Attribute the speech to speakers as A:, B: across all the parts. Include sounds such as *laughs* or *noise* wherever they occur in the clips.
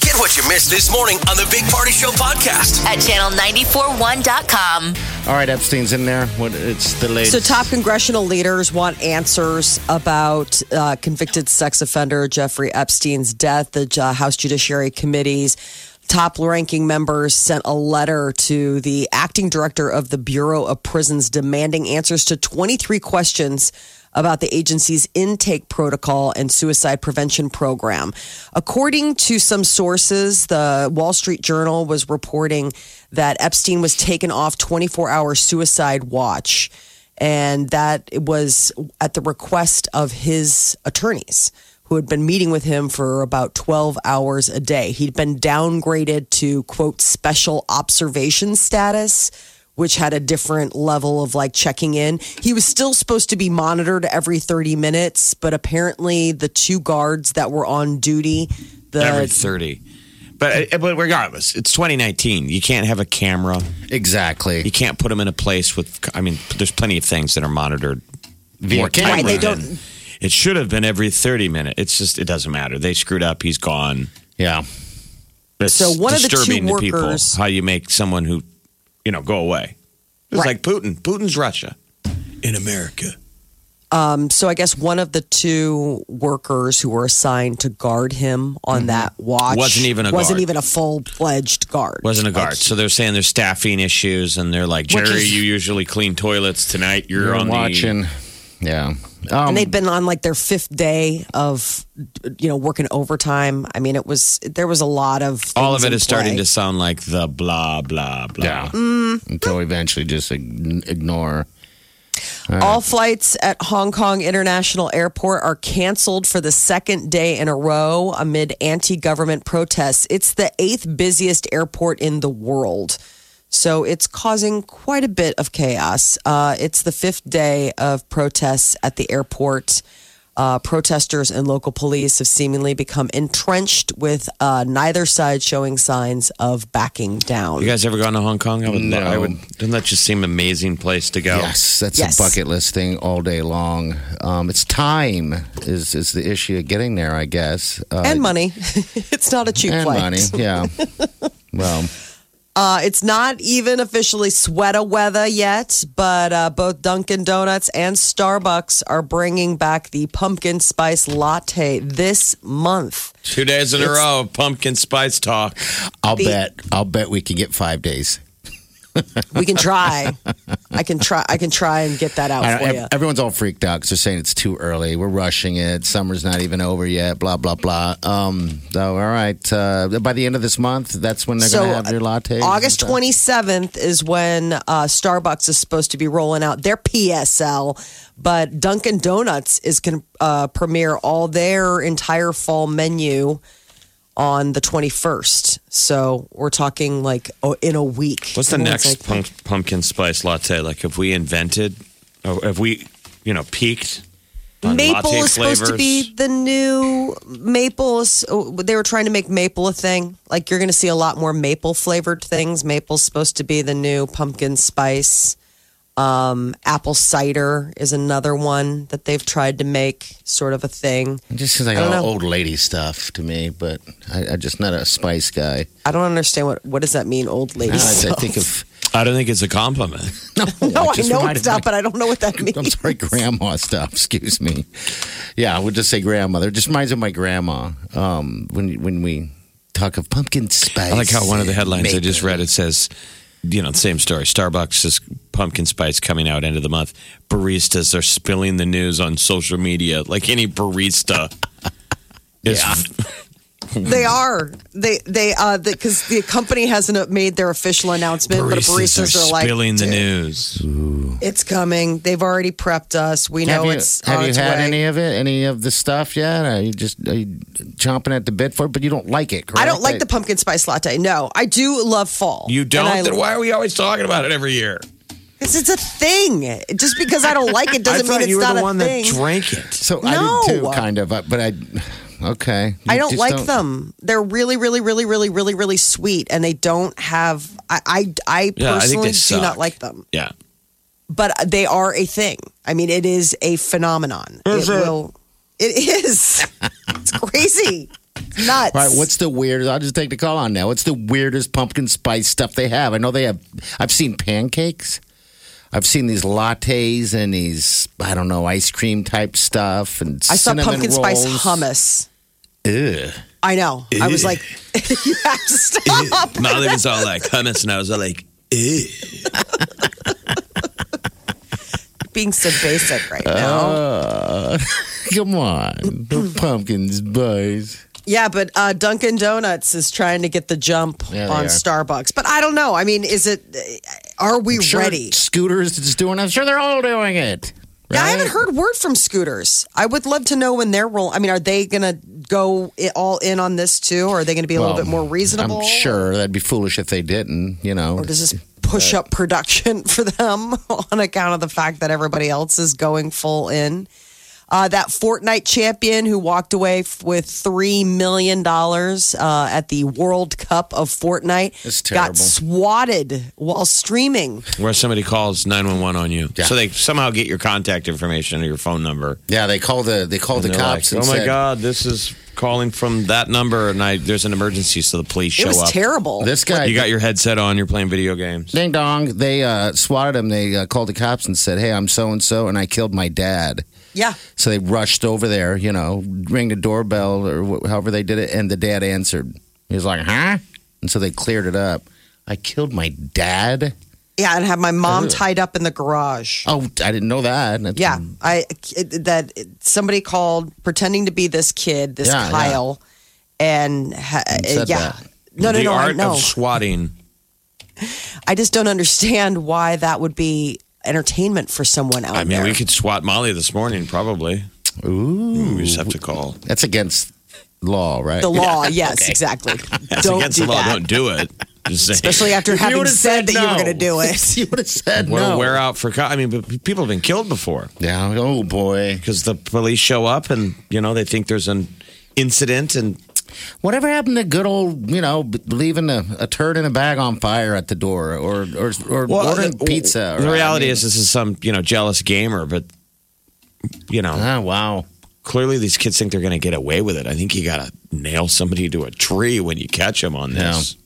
A: Get what you missed this morning on the Big Party Show podcast.
B: at channel941.com.
C: All right, Epstein's in there. What? It's the latest.
D: So, top congressional leaders want answers about uh, convicted sex offender Jeffrey Epstein's death. The uh, House Judiciary Committee's top ranking members sent a letter to the acting director of the Bureau of Prisons demanding answers to 23 questions about the agency's intake protocol and suicide prevention program. According to some sources, the Wall Street Journal was reporting that Epstein was taken off 24 hour suicide watch, and that it was at the request of his attorneys. Who had been meeting with him for about 12 hours a day. He'd been downgraded to, quote, special observation status, which had a different level of like checking in. He was still supposed to be monitored every 30 minutes, but apparently the two guards that were on duty, the
E: every 30. But, but regardless, it's 2019. You can't have a camera. You
C: exactly.
E: can't put them in a place with. I mean, there's plenty of things that are monitored
C: Via
E: more
C: camera.
E: tightly
D: Right, they
E: than-
D: don't-
E: It should have been every 30 minutes. It's just it doesn't matter. They screwed up. He's gone.
C: Yeah.
E: It's
D: So one of the two
E: disturbing to people
D: workers-
E: how you make someone who, you know, go away. It's
D: Right.
E: like Putin. Putin's Russia in America.
D: Um, so I guess one of the two workers who were assigned to guard him on that watch
E: Mm-hmm. Wasn't even a
D: wasn't
E: guard.
D: even a full fledged guard.
E: Wasn't a guard. So they're saying there's staffing issues, and they're like,
D: Which
E: Jerry,
D: is-
E: you usually clean toilets tonight. You're,
C: You're
E: on the-
C: watching. Yeah. Um,
D: and they'd been on like their fifth day of you know working overtime. I mean, it was there was a lot of
E: all of
D: things
E: it
D: in
E: is starting
D: play.
E: to sound like the blah blah blah.
C: yeah.
D: Mm.
C: Until we eventually just ign- ignore.
D: All flights at Hong Kong International Airport are canceled for the second day in a row amid anti government protests. It's the eighth busiest airport in the world. So it's causing quite a bit of chaos. Uh, it's the fifth day of protests at the airport. Uh, protesters and local police have seemingly become entrenched with uh, neither side showing signs of backing down.
E: You guys ever gone to Hong Kong? I would. lo- I
C: No.
E: would. Doesn't that just seem an amazing place
D: Oh.
E: to go?
C: Yes, that's
D: Yes.
C: a bucket list thing all day long. Um, it's time is is the issue of getting there, I guess. Uh,
D: and money. *laughs* it's not a cheap
C: and
D: flight.
C: money.
D: *laughs*
C: Yeah. well,
D: Uh, it's not even officially sweater weather yet, but uh, both Dunkin' Donuts and Starbucks are bringing back the pumpkin spice latte this month.
E: Two days in a row of pumpkin spice talk.
C: I'll bet I'll bet we can get five days.
D: We can try.
C: *laughs*
D: I can try. I can try and get that out
C: I
D: Oh, for
C: don't-
D: you.
C: everyone's all freaked out because they're saying it's too early. We're rushing it. Summer's not even over yet. Blah blah blah. Um, so all right, uh, by the end of this month, that's when they're going to have your latte.
D: uh, August 27th is when uh, Starbucks is supposed to be rolling out their PSL, but Dunkin' Donuts is going to uh, premiere all their entire fall menu on the 21st. So we're talking like oh, in a week.
E: What's the
D: Everyone's
E: next
D: like,
E: pump, pumpkin spice latte? Like, have we invented? Or have we, you know, peaked? on
D: maple
E: latte
D: is supposed to
E: flavors?
D: be the new maple. Is, oh, they were trying to make maple a thing. Like you're going to see a lot more maple flavored things. Maple's supposed to be the new pumpkin spice. Um, apple cider is another one that they've tried to make sort of a thing.
C: It just seems like
D: I don't
C: all
D: know.
C: old lady stuff to me, but I, I'm just not a spice
D: *laughs*
C: guy.
D: I don't understand what what does that mean, old lady.
C: Now I, I
D: stuff?
C: think of
E: I don't think it's a compliment.
D: *laughs* no, I
C: just
D: know
C: reminded
D: it's not,
C: me-
D: but I don't know what that
C: *laughs*
D: means.
C: I'm sorry, grandma stuff. *laughs* Excuse me. Yeah, I would just say grandmother. It just reminds me of my grandma. Um, when when we talk of pumpkin spice,
E: I like how one of the
C: and
E: headlines I just
C: maple.
E: read it says, you know, the same story. Starbucks is pumpkin spice coming out end of the month. Baristas are
D: *laughs*
E: spilling the news on social media like any barista. Is,
D: They are they they uh because the, company hasn't made their official announcement, but baristas are, like
E: spilling the
D: "Dude,
E: news.
D: It's coming. They've already prepped us. We know
C: have you,
D: it's
C: have
D: on
C: you
D: oh, its
C: had
D: way.
C: any of it, any of the stuff yet? Are you just are you chomping at the bit for it, but you don't like it, correct?
D: I don't like the pumpkin spice latte. No, I do love fall.
E: You don't?
D: And I-
E: then why are we always talking about it every year?
D: 'Cause it's a thing. Just because I don't like it
E: *laughs* I
D: doesn't
E: thought
D: mean it's
E: you were
D: not
E: the
D: a
E: one
D: thing.
E: that drank it.
C: So I did too,
D: No.
C: kind of, uh, but I okay. You
D: I don't
C: just
D: like them. They're really, really, really, really, really, really sweet, and they don't have. I, I, I
E: Yeah, I think
D: personally
E: they
D: do
E: suck.
D: not like them,
E: Yeah.
D: but they are a thing. I mean, it is a phenomenon.
E: Is
D: it,
E: it?
D: will. It is. *laughs* it's crazy. It's nuts.
C: All right, what's the weirdest? I'll just take the call on now. What's the weirdest pumpkin spice stuff they have? I know they have. I've seen pancakes. I've seen these lattes and these I don't know ice cream type stuff and
D: I saw
C: cinnamon
D: pumpkin
C: rolls.
D: spice hummus.
C: Ugh.
D: I know. I was like, *laughs* you have to stop.
E: Molly was all *laughs* like hummus, and I was all like, "Ew."
D: *laughs* being so basic
C: Oh.
D: right now.
C: Come on,
D: *clears throat*
C: the pumpkin spice.
D: Yeah, but uh, Dunkin' Donuts is trying to get the jump
C: Yeah, they
D: on
C: are.
D: Starbucks. But I don't know. I mean, is it? uh, Are we
C: Sure,
D: ready?
C: Scooters is doing. it. I'm sure they're all doing it.
D: Yeah, I
C: right?
D: haven't heard word from Scooters. I would love to know when they're roll. I mean, are they going to go i- all in on this too? Or are they going to be a little
C: Well,
D: bit more reasonable?
C: Um, I'm sure that'd be foolish if they didn't. You know,
D: Or does this push up production *laughs* for them on account of the fact that everybody else is going full in? Uh, that Fortnite champion who walked away f- with $3 million uh, at the World Cup of
C: That's
D: Fortnite got
C: terrible.
D: swatted while streaming.
E: where somebody calls 911 on you.
C: Yeah.
E: So they somehow get your contact information or your phone number.
C: yeah, they call the they call the
E: They're
C: cops.
E: like,
C: and
E: oh my
C: said,
E: God, this is calling from that number, and I there's an emergency, so the police
D: It
E: show
D: was
E: up.
D: terrible.
C: This guy,
E: You got your headset on, you're playing video games.
C: Ding dong. They uh, swatted him. They uh, called the cops and said, Hey, I'm so and so, and I killed my dad.
D: yeah.
C: So they rushed over there, you know, ring the doorbell or wh- however they did it, and the dad answered. He was like, Huh? And so they cleared it up. I killed my dad?
D: Yeah, and have my mom tied up in the garage.
C: Oh, I didn't know that. That's-
D: Yeah, I that somebody called pretending to be this kid, this
C: Yeah, yeah.
D: Kyle, and, ha-
C: said
D: yeah,
C: that.
D: no, no,
E: the
D: no, I
E: art
D: know.
E: of swatting.
D: I just don't understand why that would be entertainment for someone out
E: I mean,
D: there.
E: we could swat Molly this morning, probably. Ooh. We just have to call.
C: That's against law, right? *laughs*
E: *laughs*
D: the law, yes, exactly.
E: That's
D: don't
E: against
D: do
E: the law.
D: that,
E: Don't do
D: *laughs*
E: it. Just saying.
D: especially after
C: If you
D: having
C: would've
D: said, that you
C: no,
D: were going to do it.
E: *laughs*
C: you would have said
E: We're,
C: no.
E: we're out for. Co- I mean, but people have been killed before
C: Yeah. Oh, boy.
E: because the police show up and you know they think there's an incident and
C: Whatever happened to good old, you know, b- leaving a, a turd in a bag on fire at the door or, or, or ordering
E: uh, the-
C: uh, pizza?
E: The
C: or- I
E: reality
C: mean-
E: is, this is some you know jealous gamer, but you know
C: Oh, wow.
E: clearly these kids think they're going to get away with it. I think you got to nail somebody to a tree when you catch them on this.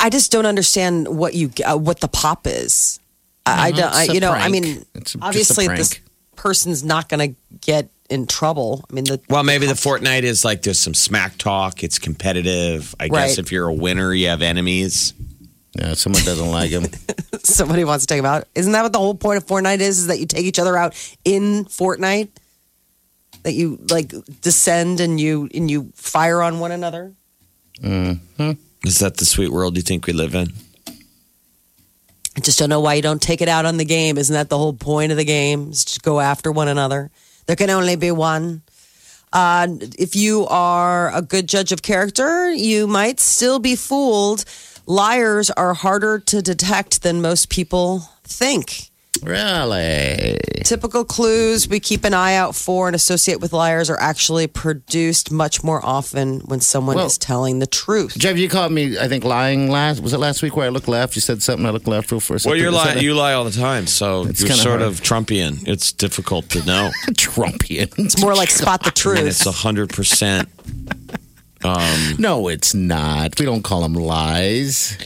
D: I just don't understand what you uh, what the pop is. I, I
C: Mhm.
D: don't. I,
C: It's a
D: you know, I
C: prank.
D: mean,
C: It's just a
D: obviously this
C: prank.
D: person's not going to get in trouble. I mean, the
E: Well, maybe the Fortnite is like there's some smack talk. It's competitive. I guess
D: Right.
E: if you're a winner, you have enemies.
C: Yeah, someone doesn't like
E: *laughs*
C: him.
D: *laughs* somebody wants to take them out. Isn't that what the whole point of Fortnite is? Is that you take each other out in Fortnite? That you like descend and you and you fire on one another.
E: Is that the sweet world you think we live in?
D: I just don't know why you don't take it out on the game. Isn't that the whole point of the game? Is to go after one another. There can only be one. Uh, if you are a good judge of character, you might still be fooled. Liars are harder to detect than most people think.
C: really?
D: Typical clues we keep an eye out for and associate with liars are actually produced much more often when someone
C: Well-
D: is telling the truth.
C: Jeff, you called me, I think, lying last. Was it last week where I looked left? You said something, I looked left real first.
E: Well, you're
C: lying. *laughs*
E: lying. You lie all the time, so
C: It's
E: you're
C: kinda
E: sort
C: hard.
E: of Trumpian. It's difficult to *laughs* know.
C: Trumpian.
D: It's more like spot the
E: I mean,
D: truth.
E: it's hundred *laughs* percent. um,
C: no, it's not. We don't call them lies.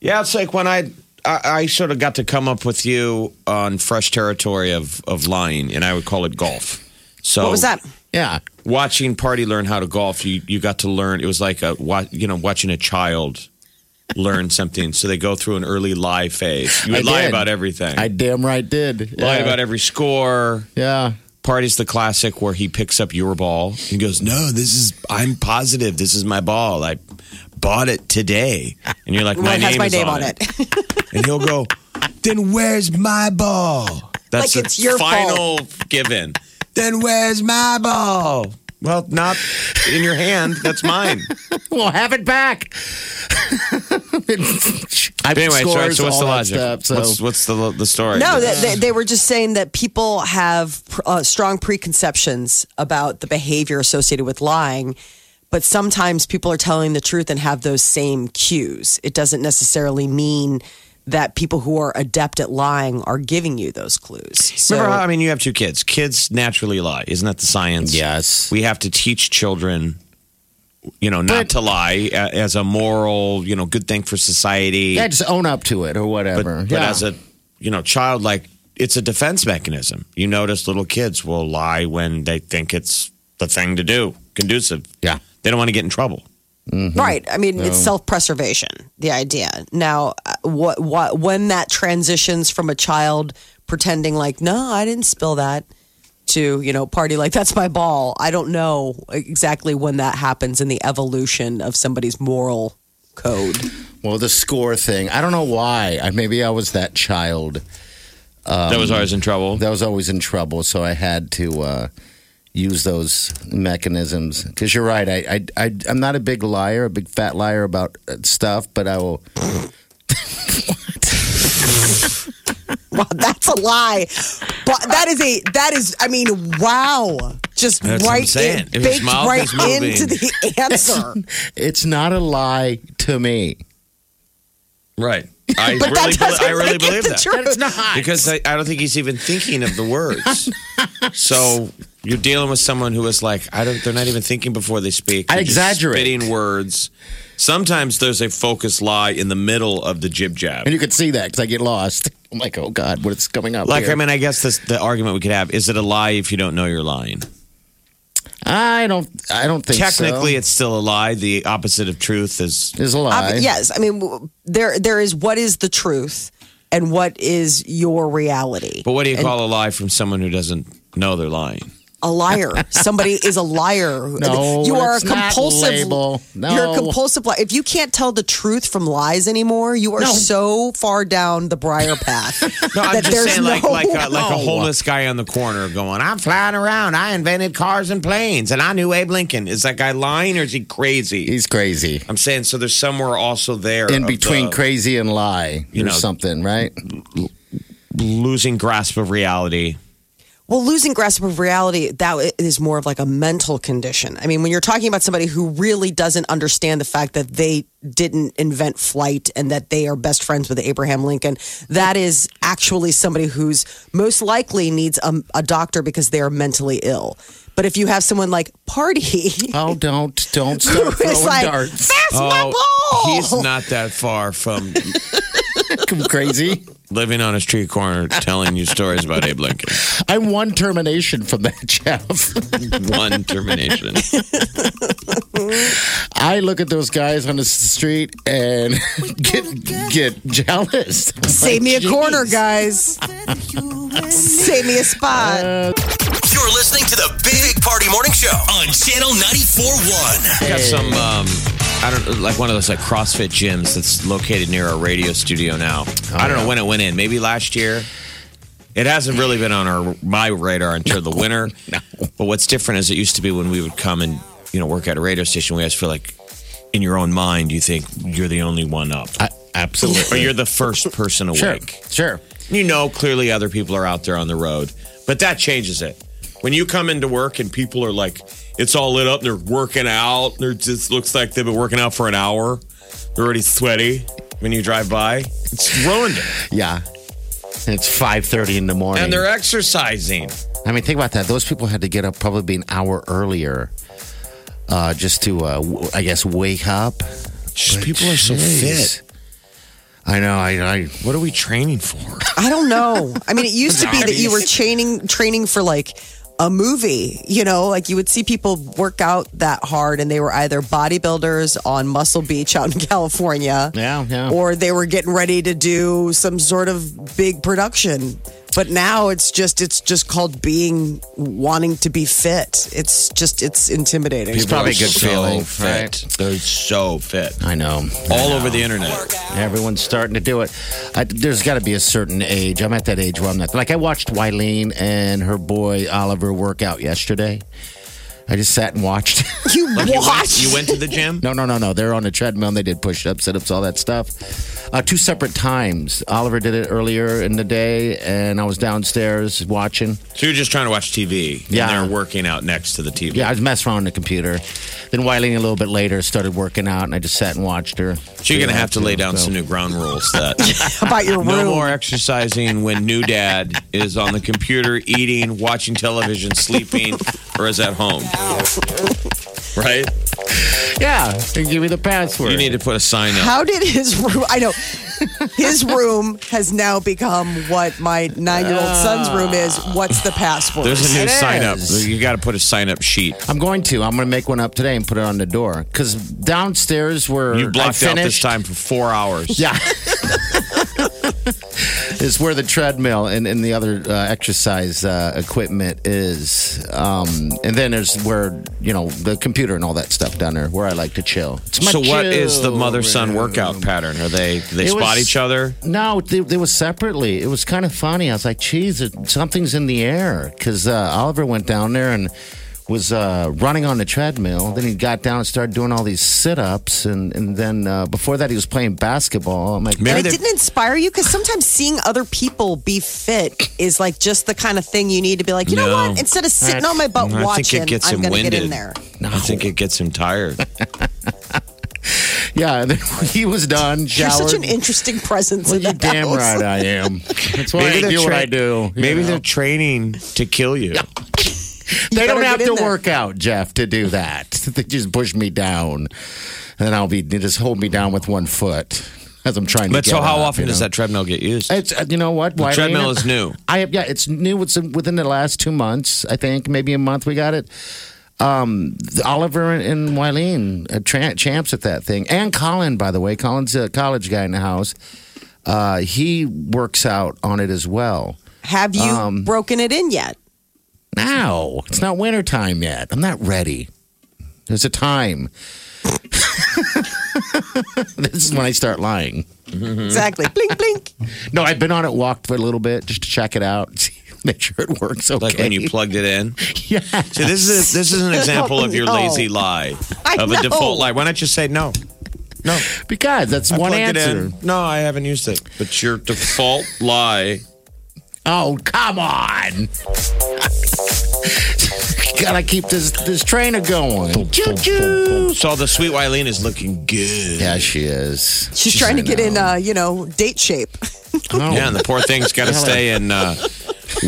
E: Yeah, it's like when I, I I sort of got to come up with you on fresh territory of of lying, and I would call it golf. So
D: What was that?
C: Yeah.
E: Watching Party learn how to golf, you you got to learn. It was like a wa- you know watching
C: *laughs*
E: a child learn something. So they go through an early lie phase. You would
C: I
E: lie
C: did.
E: about everything.
C: I damn right did.
E: lie
C: yeah.
E: about every score.
C: Yeah.
E: part is the classic where he picks up your ball. He goes, "No, this is I'm positive this is my ball. I bought it today." And you're like, "My
D: Right,
E: name
D: has my
E: is
D: name
E: on,
D: on it.
E: And he'll go, "Then where's my ball?"
D: Like
E: That's the
D: it's your
E: final given. Then where's my ball? Well, not in your hand. That's mine.
C: Well, have it back. *laughs* I've
E: Anyway, so-
C: scores,
E: so what's
C: all
E: the
C: that
E: logic?
C: stuff, so-
E: What's what's the the story?
D: No, they, they, they were just saying that people have uh, strong preconceptions about the behavior associated with lying, but sometimes people are telling the truth and have those same cues. It doesn't necessarily mean that people who are adept at lying are giving you those clues. So,
E: Remember how I mean you have two kids. Kids naturally lie. Isn't that the science?
C: Yes.
E: We have to teach children you know not to lie a- as a moral, you know, good thing for society.
C: yeah, just own up to it or
E: but,
C: whatever.
E: but
C: yeah.
E: as a you know, child like it's a defense mechanism. You notice little kids will lie when they think it's the thing to do, conducive.
C: Yeah.
E: They don't want to get in trouble.
D: Right. I mean, it's self-preservation. The idea. Now, uh, what, what, when that transitions from a child pretending like, "No, I didn't spill that," to you know, party like that's my ball. I don't know exactly when that happens in the evolution of somebody's moral code. *laughs*
C: Well, the score thing. I don't know why. I, maybe I was that child
E: that
D: Um,
E: was always in trouble.
C: that was always in trouble, so I had to uh, use those mechanisms. Because you're right, I, I, I, I'm not a big liar, a big fat liar about uh, stuff, but I will.
D: Wow, that's a lie. But that is a that is. I mean, wow. Just
E: That's what I'm
D: right in,
E: saying. If his
D: baked
E: mouth
D: right
E: is moving.
D: into
E: *laughs*
D: the answer.
C: It's not a lie to me.
D: *laughs*
E: Right. I
D: But
E: really,
D: that doesn't
E: believe- I really
D: make it
E: believe
D: the
E: that.
D: truth.
E: because I, I don't think he's even thinking of
C: *laughs*
E: the words. so you're dealing with someone who is like, I don't. They're not even thinking before they speak.
C: I
E: They're just
C: exaggerate.
E: spitting words. Sometimes there's a focused lie in the middle of the jib jab.
C: And you could see that because I get lost. I'm like, oh God, what's coming up?
E: Like,
C: here?
E: I mean, I guess this, the argument we could have is it a lie if you don't know you're lying?
C: I don't, I don't think
E: Technically,
C: so.
E: it's still a lie. The opposite of truth is
C: it's a lie.
D: Obvi- yes, I mean w- there there is what is the truth and what is your reality.
E: But what do you call a lie from someone who doesn't know they're lying?
D: A
E: *laughs*
D: liar. Somebody is a liar.
C: No,
D: you are
C: it's
D: a
C: not
D: compulsive
C: label. No.
D: You're a compulsive liar. If you can't tell the truth from lies anymore, you are so far down the briar path
E: *laughs* No, I'm
D: that
E: just
D: there's
E: saying,
D: no
E: like, like, a, like a
C: No.
E: homeless guy on the corner going, I'm flying around. I invented cars and planes, and I knew Abe Lincoln. Is that guy lying or is he crazy?
C: He's crazy.
E: I'm saying, so there's somewhere also there
C: In
E: of
D: uh,
E: uh,
C: between
E: the
C: crazy and lie,
E: You
C: or
E: know-
C: something, right?
E: losing grasp of reality.
D: Well, losing grasp of reality, that is more of like a mental condition. I mean, when you're talking about somebody who really doesn't understand the fact that they didn't invent flight and that they are best friends with Abraham Lincoln, that is actually somebody who's most likely needs a, a doctor because they are mentally ill. But if you have someone like Party, *laughs*
C: Oh, don't, don't
D: who
C: start
D: is
C: throwing
D: like,
C: darts.
D: that's my ball.
E: Oh, he's not that far from
C: crazy.
E: living on a street corner telling you stories about Abe
C: *laughs*
E: Lincoln.
C: I'm one termination from that, *laughs* Jeff.
E: One termination.
C: I look at those guys on the street and *laughs* get get jealous.
D: *laughs* Save me a corner, guys. Save me a spot.
A: You're listening to the Big Party Morning Show on Channel 94.1.
E: got some um I don't like one of those like CrossFit gyms that's located near our radio studio now.
C: Oh,
E: I don't know when it went in. Maybe last year. It hasn't really been on our my radar
C: *laughs*
E: until the winter. But what's different is it used to be when we would come and you know work at a radio station. We always feel like in your own mind you think you're the only one up,
C: I,
E: or
C: absolutely.
E: you're the first person awake.
C: sure, sure.
E: You know, clearly other people are out there on the road, but that changes it. When you come into work and people are like, it's all lit up, they're working out, they're just looks like they've been working out for an hour. They're already sweaty when you drive by. It's ruined it.
C: Yeah. And it's five thirty in the morning.
E: And they're exercising.
C: I mean, think about that. Those people had to get up probably an hour earlier, uh, just to, uh, w- I guess, wake up.
E: Just people are so
C: Jeez.
E: fit.
C: I know. I, I
E: What are we training for?
D: I don't know. I mean, it used to be that you were training training for like a movie, you know, like you would see people work out that hard and they were either bodybuilders on Muscle Beach out in *laughs* California.
C: Yeah, yeah.
D: Or they were getting ready to do some sort of big production But now it's just it's just called being wanting to be fit. It's just it's intimidating.
C: People probably a good
E: so
C: feeling,
E: Fit.
C: right?
E: They're so fit.
C: I know.
E: All over the internet.
C: Everyone's starting to do it. I, there's got to be a certain age. I'm at that age where I'm not. Like I watched Wileen and her boy Oliver work out yesterday. I just sat and watched. *laughs*
D: You
E: You
D: watch.
E: went, you went to the gym?
C: no, no, no, no. They're on the treadmill. And they did push-ups, sit-ups, all that stuff. Uh, two separate times. Oliver did it earlier in the day, and I was downstairs watching.
E: So you're just trying to watch TV.
C: Yeah.
E: And they're working out next to the TV.
C: Yeah, I was messing around on the computer. Then Wileen a little bit later started working out, and I just sat and watched her.
E: So you're going to have to lay down
C: So-
E: some new ground rules that
C: *laughs*
D: about your room.
E: no more exercising when new dad is on the computer, eating, watching television, sleeping, or is at home. Right?
C: Yeah, and give me the password.
E: You need to put a sign up.
D: How did his room? I know
C: *laughs*
D: his room has now become what my nine-year-old son's room is. What's the password?
E: There's a new
C: It
E: sign up.
C: is.
E: You got to put a sign up sheet.
C: I'm going to. I'm going to make one up today and put it on the door because downstairs where
E: You blocked
C: I
E: out this
C: finished,
E: time for four hours.
C: Yeah. is where the treadmill and, and the other uh, exercise uh, equipment is. Um, and then there's where, you know, the computer and all that stuff down there where I like to chill. It's my
E: So what is the
C: chill
E: mother son
C: room.
E: workout pattern? Are they do they
C: It
E: spot
C: was-
E: each other?
C: No, they, they were separately. It was kind of funny. I was like, geez, it, something's in the air. Because uh, Oliver went down there and was uh, running on the treadmill. Then he got down and started doing all these sit ups. And, and then uh, before that, he was playing basketball. I'm like,
E: Maybe
D: and it
E: they-
D: didn't inspire you because sometimes seeing other people be fit is like just the kind of thing you need to be like, you know
E: No.
D: what? Instead of sitting on my butt
E: I think
D: watching,
E: it gets
D: I'm
E: him
D: going to
E: winded.
D: get in there.
E: I think it gets him *laughs* tired.
C: yeah, *laughs* and then when he was done,
D: You're
C: showered.
D: such an interesting presence
C: Well,
D: in the
C: you're damn
D: house.
C: right I am. That's why I
E: they're
C: do what
E: tra-
C: I do. you
E: Maybe
C: know.
E: they're training to kill you.
C: they
D: better
C: don't have
D: get in
C: to
D: there.
C: work out, Jeff, to do that. *laughs* They just push me down, and then I'll be they just hold me down with one foot as I'm trying
E: But
C: to.
E: so
C: get
E: how
C: up,
E: often
C: you
E: does
C: know?
E: that treadmill get used?
C: It's uh, you know what? Why
E: treadmill
C: Lena?
E: is new.
C: *laughs* I have yeah, it's new. It's within the last two months, I think, maybe a month. We got it. Um, Oliver and, and Wileen uh, tra- champs at that thing, and Colin, by the way, Colin's a college guy in the house. Uh, he works out on it as well.
D: Have you
C: Um,
D: broken it in yet?
C: Now it's not wintertime yet. I'm not ready. There's a time. *laughs* this is when I start lying.
E: Hmm?
D: Exactly. blink,
E: *laughs*
D: blink.
C: No, I've been on it, walked for a little bit just to check it out, *laughs* see, make sure it works okay.
E: Like when you
C: *laughs*
E: plugged it in.
C: yeah.
E: So this is this is an example of
D: *laughs*
E: your
D: no.
E: lazy lie
D: I
E: of a
D: know.
E: default lie. Why not just say no? No,
C: Because that's
E: I
C: one
E: plugged
C: answer.
E: It in. No, I haven't used it. But your default lie.
C: Oh, come on. *laughs* Gotta keep this this trainer going. Choo choo.
E: So the sweet Wileen is looking good.
C: Yeah, she is.
D: She's trying to get in, uh, you know, date shape.
E: *laughs*
C: Oh,
E: Yeah, and the poor
D: *laughs*
E: thing's got to stay in uh,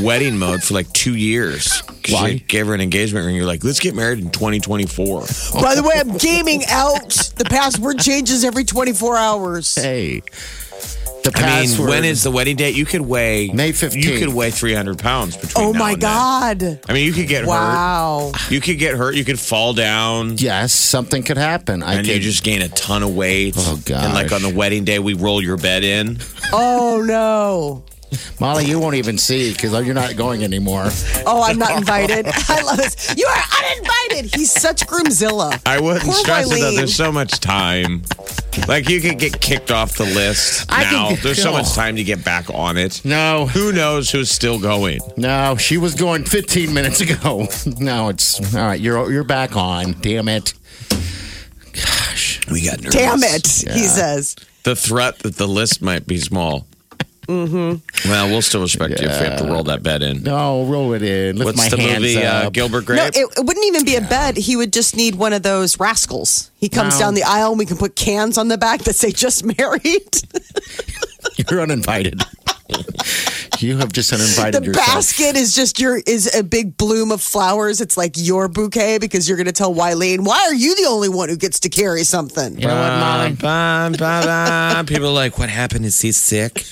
E: wedding mode for like two years. 'Cause
C: Why?
E: You gave her an engagement ring. You're like, let's get married in 2024.
D: By the way, I'm gaming out. The password changes every 24 hours.
C: Hey. The
E: I
C: password.
E: mean, when is the wedding date? You could weigh
C: May
E: You
C: 15th.
E: could weigh 300 pounds between.
D: Oh
E: now
D: my
E: and then.
D: God.
E: I mean, you could get
D: Wow.
E: hurt. You could get hurt. You could fall down.
C: Yes, something could happen. I
E: And you
C: could
E: just gain a ton of weight.
C: Oh,
E: And like on
C: gosh.
E: the wedding day, we roll your bed in.
D: Oh no.
C: Molly, you won't even see because you're not going anymore.
D: Oh, I'm not invited. *laughs* I love this. You are uninvited. He's such Groomzilla.
E: I wouldn't
D: Poor
E: stress it though.
D: Wileen.
E: There's so much time. Like you could get kicked off the list
C: I
E: now.
C: could get-
E: There's so
C: oh.
E: much time to get back on it.
C: No,
E: Who knows who's still going?
C: no, she was going 15 minutes ago. *laughs* No, it's all right. You're you're back on. Damn it. Gosh.
E: We got nervous.
D: Damn it, he
C: Yeah.
D: says.
E: The threat that the list might be small. Mm-hmm. Well, we'll still respect you if we have to roll that bet in.
C: No, roll it in. Lift my
E: What's the
C: hands
E: movie?
C: up.
E: Uh, Gilbert
D: No,
E: Grape.
D: it, it wouldn't even be a bed. He would just need one of those rascals. He comes
C: No.
D: down the aisle and we can put cans on the back that say just married.
C: *laughs*
D: *laughs*
C: You're uninvited. *laughs* you have just uninvited
D: the
C: yourself.
D: basket is just your is a big bloom of flowers. It's like your bouquet because you're gonna tell Wileen, why are you the only one who gets to carry something?
C: You know what, Molly?
E: *laughs* Uh, *laughs* Bum, bum, bum. People are like, what happened? Is he sick?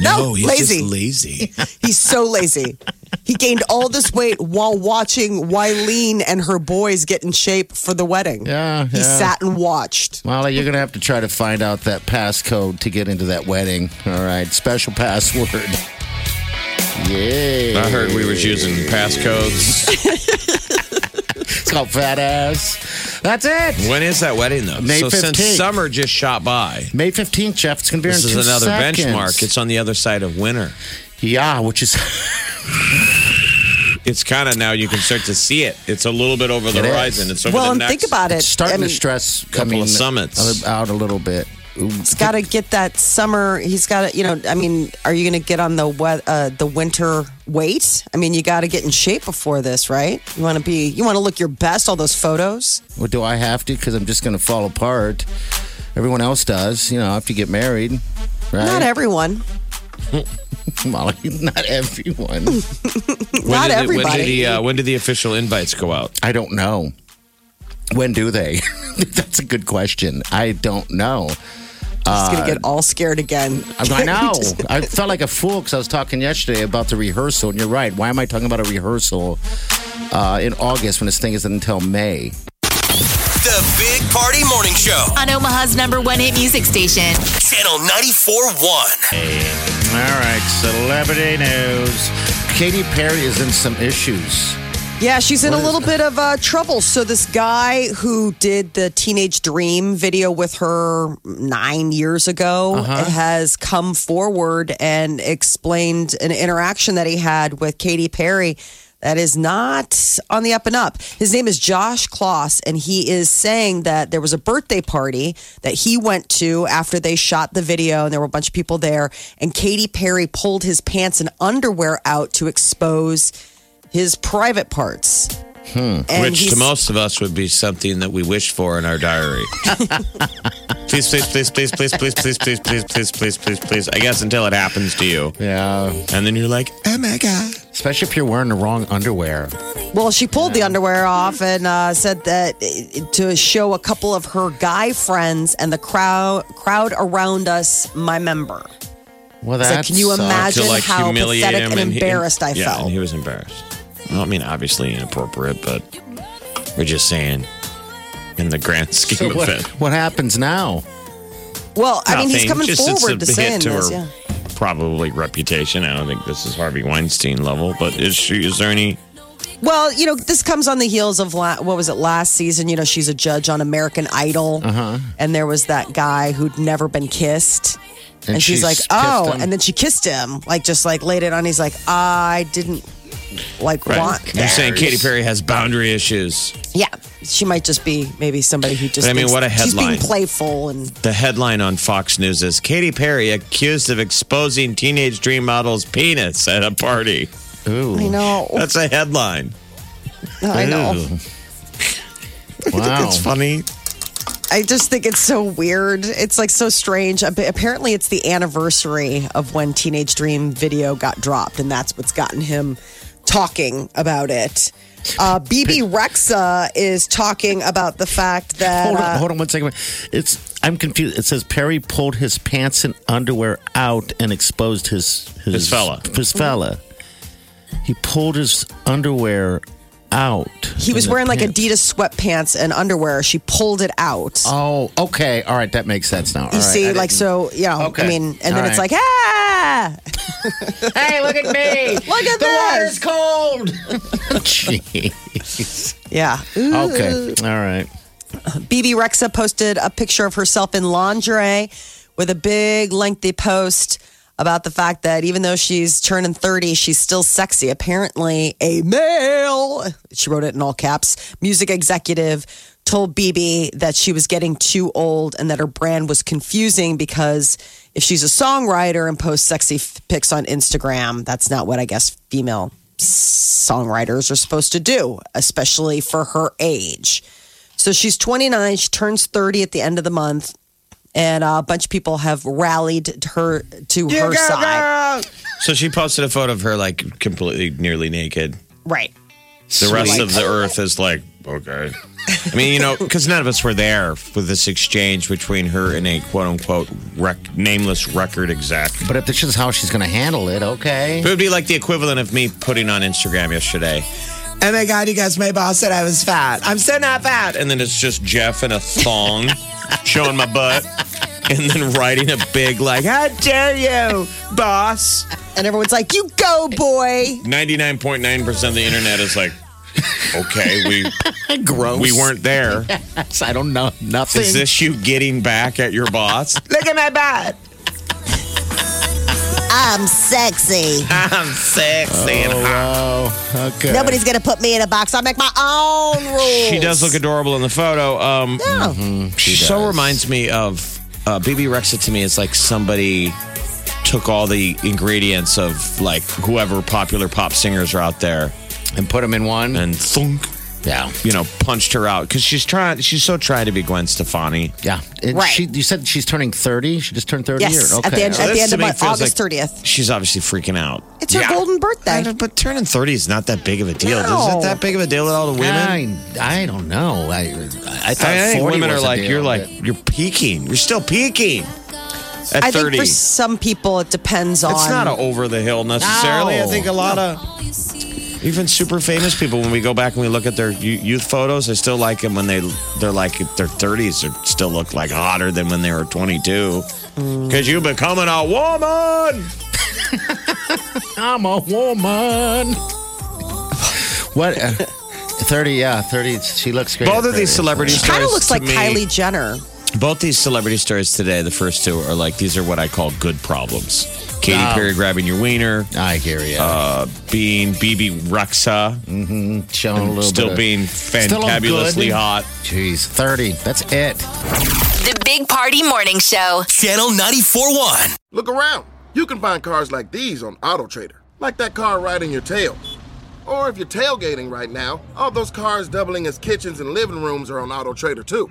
D: No, lazy.
E: lazy.
D: He's so lazy. He gained all this weight while watching Wileen and her boys get in shape for the wedding.
C: Yeah,
D: He
C: yeah.
D: sat and watched.
C: Molly, you're going to have to try to find out *laughs* that passcode to get into that wedding. All right, special password. Yeah.
E: I heard we was using passcodes.
C: It's called Fat Ass. That's it.
E: *laughs* when is that wedding though?
C: May
E: so
C: 15th.
E: since summer just shot by,
C: May 15th, Jeff. It's going to be
E: this
C: in
E: is
C: two
E: another
C: seconds.
E: benchmark. It's on the other side of winter.
C: yeah, which is *laughs*
E: It's kind of now you can start to see it. It's a little bit over the
C: It is.
E: horizon. It's over
D: well,
E: the
D: and
E: next.
D: think about it.
C: it's starting
D: I mean,
C: to stress
E: couple
C: coming
E: of summits.
C: out a little bit. Ooh,
D: He's got to get that summer. He's got to, you know. I mean, are you going to get on the wet, uh, the winter weight? I mean, you got to get in shape before this, right? You want to be, you want to look your best. All those photos.
C: Well, do I have to? Because I'm just going to fall apart. Everyone else does. You know, after you get married, right?
D: Not everyone.
C: *laughs* Molly, not everyone.
E: When
D: Not
E: did the-
D: everybody.
E: When did, the, uh, when did the official invites go out?
C: I don't know. When do they? *laughs* That's a good question. I don't know.
D: Just gonna get all scared again. *laughs*
C: I'm- Uh, I know. I felt like a fool because I was talking yesterday about the rehearsal, and you're right. Why am I talking about a rehearsal uh, in August when this thing isn't until May?
A: The Big Party Morning Show.
B: On Omaha's number one hit music station.
A: Channel 94.1.
C: All right, celebrity news. Katy Perry is in some issues.
D: Yeah, she's in
C: What
D: a
C: is
D: little bit of uh, trouble. So this guy who did the Teenage Dream video with her nine years ago
C: Uh-huh.
D: has come forward and explained an interaction that he had with Katy Perry that is not on the up and up. His name is Josh Kloss, and he is saying that there was a birthday party that he went to after they shot the video, and there were a bunch of people there, and Katy Perry pulled his pants and underwear out to expose his private parts. And
E: Hmm. Which to
D: he's-
E: most of us would be something that we wish for in
D: *laughs*
E: our diary. please, please, please, please, please, please, please, please, please, please, please, please, please. I guess until it happens to you,
C: Yeah,
E: and then you're like, oh my god.
C: especially if you're wearing the wrong underwear.
D: Well, she pulled the underwear off and uh, said that uh, to show a couple of her guy friends and the crowd crowd around us my member.
C: Well,
D: It's
C: that's
D: like, can you imagine
E: to like
D: how
E: humiliate
D: pathetic
E: him
D: and,
E: he-
D: embarrassed I
E: yeah,
D: felt?
E: and he was embarrassed. Well, I mean, obviously inappropriate, but we're just saying in the grand *laughs* scheme
C: So
E: of
C: what,
E: it.
C: what happens now?
D: well, I mean, he's
E: nothing.
D: coming
E: Just it's
D: forward to
E: a
D: saying
E: hit to
D: this.
E: her
D: Yeah.
E: Probably reputation. I don't think this is Harvey Weinstein level, but is she? Is there any?
D: Well, you know, this comes on the heels of la- what was it last season? You know, she's a judge on American Idol,
E: Uh-huh.
D: and there was that guy who'd never been kissed, and, she's, like,
C: kissed
D: "Oh,"
C: him.
D: and then she kissed him, like just like laid it on. He's like, "I didn't like want."
E: You're saying
C: cares?
E: Katy Perry has boundary issues.
D: Yeah, she might just be maybe somebody who just.
E: But I mean,
D: thinks-
E: what a
D: She's being
E: headline.
D: playful and
E: The headline on Fox News is Katy Perry accused of exposing teenage dream model's penis at a party.
C: Ooh,
D: I know,
E: That's a headline.
D: I know. *laughs*
C: wow.
E: It's funny.
D: I just think it's so weird. It's like so strange. Ap- Apparently, it's the anniversary of when Teenage Dream video got dropped, and that's what's gotten him talking about it. Uh, BB Rexa is talking about the fact that.
C: Hold on,
D: uh,
C: hold on one second. It's I'm confused. It says Perry pulled his pants and underwear out and exposed his his,
E: His fella.
C: His fella. He pulled his underwear out.
D: He was
C: in the
D: wearing like
C: pants.
D: Adidas sweatpants and underwear. She pulled it out.
C: Oh, okay. All right, that makes sense now. All
D: you
C: right,
D: see,
C: I
D: like,
C: didn't-
D: so, you know, I
C: Okay.
D: mean, and
C: All
D: then it's
C: right.
D: like, ah!
C: Hey, look at me.
D: Look at
C: the
D: this.
C: water's *laughs* cold. Jeez.
D: Yeah.
C: Okay. All right.
D: BB Rexa posted a picture of herself in lingerie with a big, lengthy post about the fact that even though she's turning 30, she's still sexy. Apparently, a male, she wrote it in all caps, music executive told BB that she was getting too old and that her brand was confusing because if she's a songwriter and posts sexy f- pics on Instagram, that's not what I guess female songwriters are supposed to do, especially for her age. So she's 29. She turns 30 at the end of the month. And uh, a bunch of people have rallied her to her side.
E: So she posted a photo of her like completely nearly naked.
D: Right.
E: The rest of the earth is like, okay. I mean, you know, because none of us were there for this exchange between her and a quote unquote rec- nameless record exec.
C: But if this is how she's going to handle it,
E: *laughs*
C: okay.
E: It would be like the equivalent of me putting on Instagram yesterday.
F: Oh my God, you guys, my boss said I was fat.
E: I'm so not fat. And then it's just Jeff in a thong showing my butt. and then writing a big like, "Ah!" "How dare you, boss!"
D: And everyone's like, you go, boy.
E: Ninety-nine point nine percent of the internet is like, "Okay, we
C: Gross. *laughs*
E: we weren't there.
C: I don't know nothing.
E: Is this you getting back at your boss?
F: Look at my butt.
G: I'm sexy.
E: I'm sexy and hot.
C: oh, okay.
G: Nobody's gonna put me in a box. I make my own rules.
E: She does look adorable in the photo. Um,
G: No.
E: She so reminds me of uh, BB Rexa to me is like somebody took all the ingredients of like whoever popular pop singers are out there
C: and put them in one.
E: and thunk,
C: yeah,
E: you know, punched her out because she's trying. She's so trying to be Gwen Stefani.
C: yeah. And
G: Right.
C: She, you said she's turning thirty. She just turned thirty.
D: Yes,
C: Or,
D: at
C: okay.
D: the end-
C: all
D: at
C: right.
D: the
E: Mm-hmm. This to
D: of
E: me
D: month,
E: feels
D: August 30th.
E: She's obviously freaking out.
D: It's her golden birthday.
E: I don't- But turning 30 is not that big of a deal. Is
D: No.
E: it that big of a deal at all to women?
C: I, I don't know. I I thought
E: I think
C: 40
E: women are
C: was a
E: like
C: deal,
E: you're like
C: but-
E: you're peaking. You're still peaking at
D: I think
E: 30.
D: for some people it depends on.
E: It's not a over the hill necessarily.
C: No.
E: I think a lot of even super famous people, when we go back and we look at their yo- youth photos, I still like them when they they're like their thirties. They still look like hotter than when they were twenty two.
C: Mm.
E: Cause you becoming a woman.
C: I'm a woman. what? Uh, thirty? Yeah, thirty. She looks great.
E: Both
C: at
E: of these
C: 30.
E: celebrity
D: She kind
E: stories
D: of looks
E: to
D: like
E: me-
D: Kylie Jenner.
E: Both these celebrity stories today, the first two are like these are what I call good problems. Katy Perry grabbing your wiener,
C: I hear you.
E: uh, being BB Rexa,
C: Showing a little bit
E: still
C: of-
E: being
C: Still look
E: fantabulously
C: good.
E: hot.
C: Jeez, thirty. That's it.
B: The Big Party Morning Show.
A: Channel 941.
H: Look around. You can find cars like these on AutoTrader, like that car riding your tail. Or if you're tailgating right now, all those cars doubling as kitchens and living rooms are on AutoTrader too.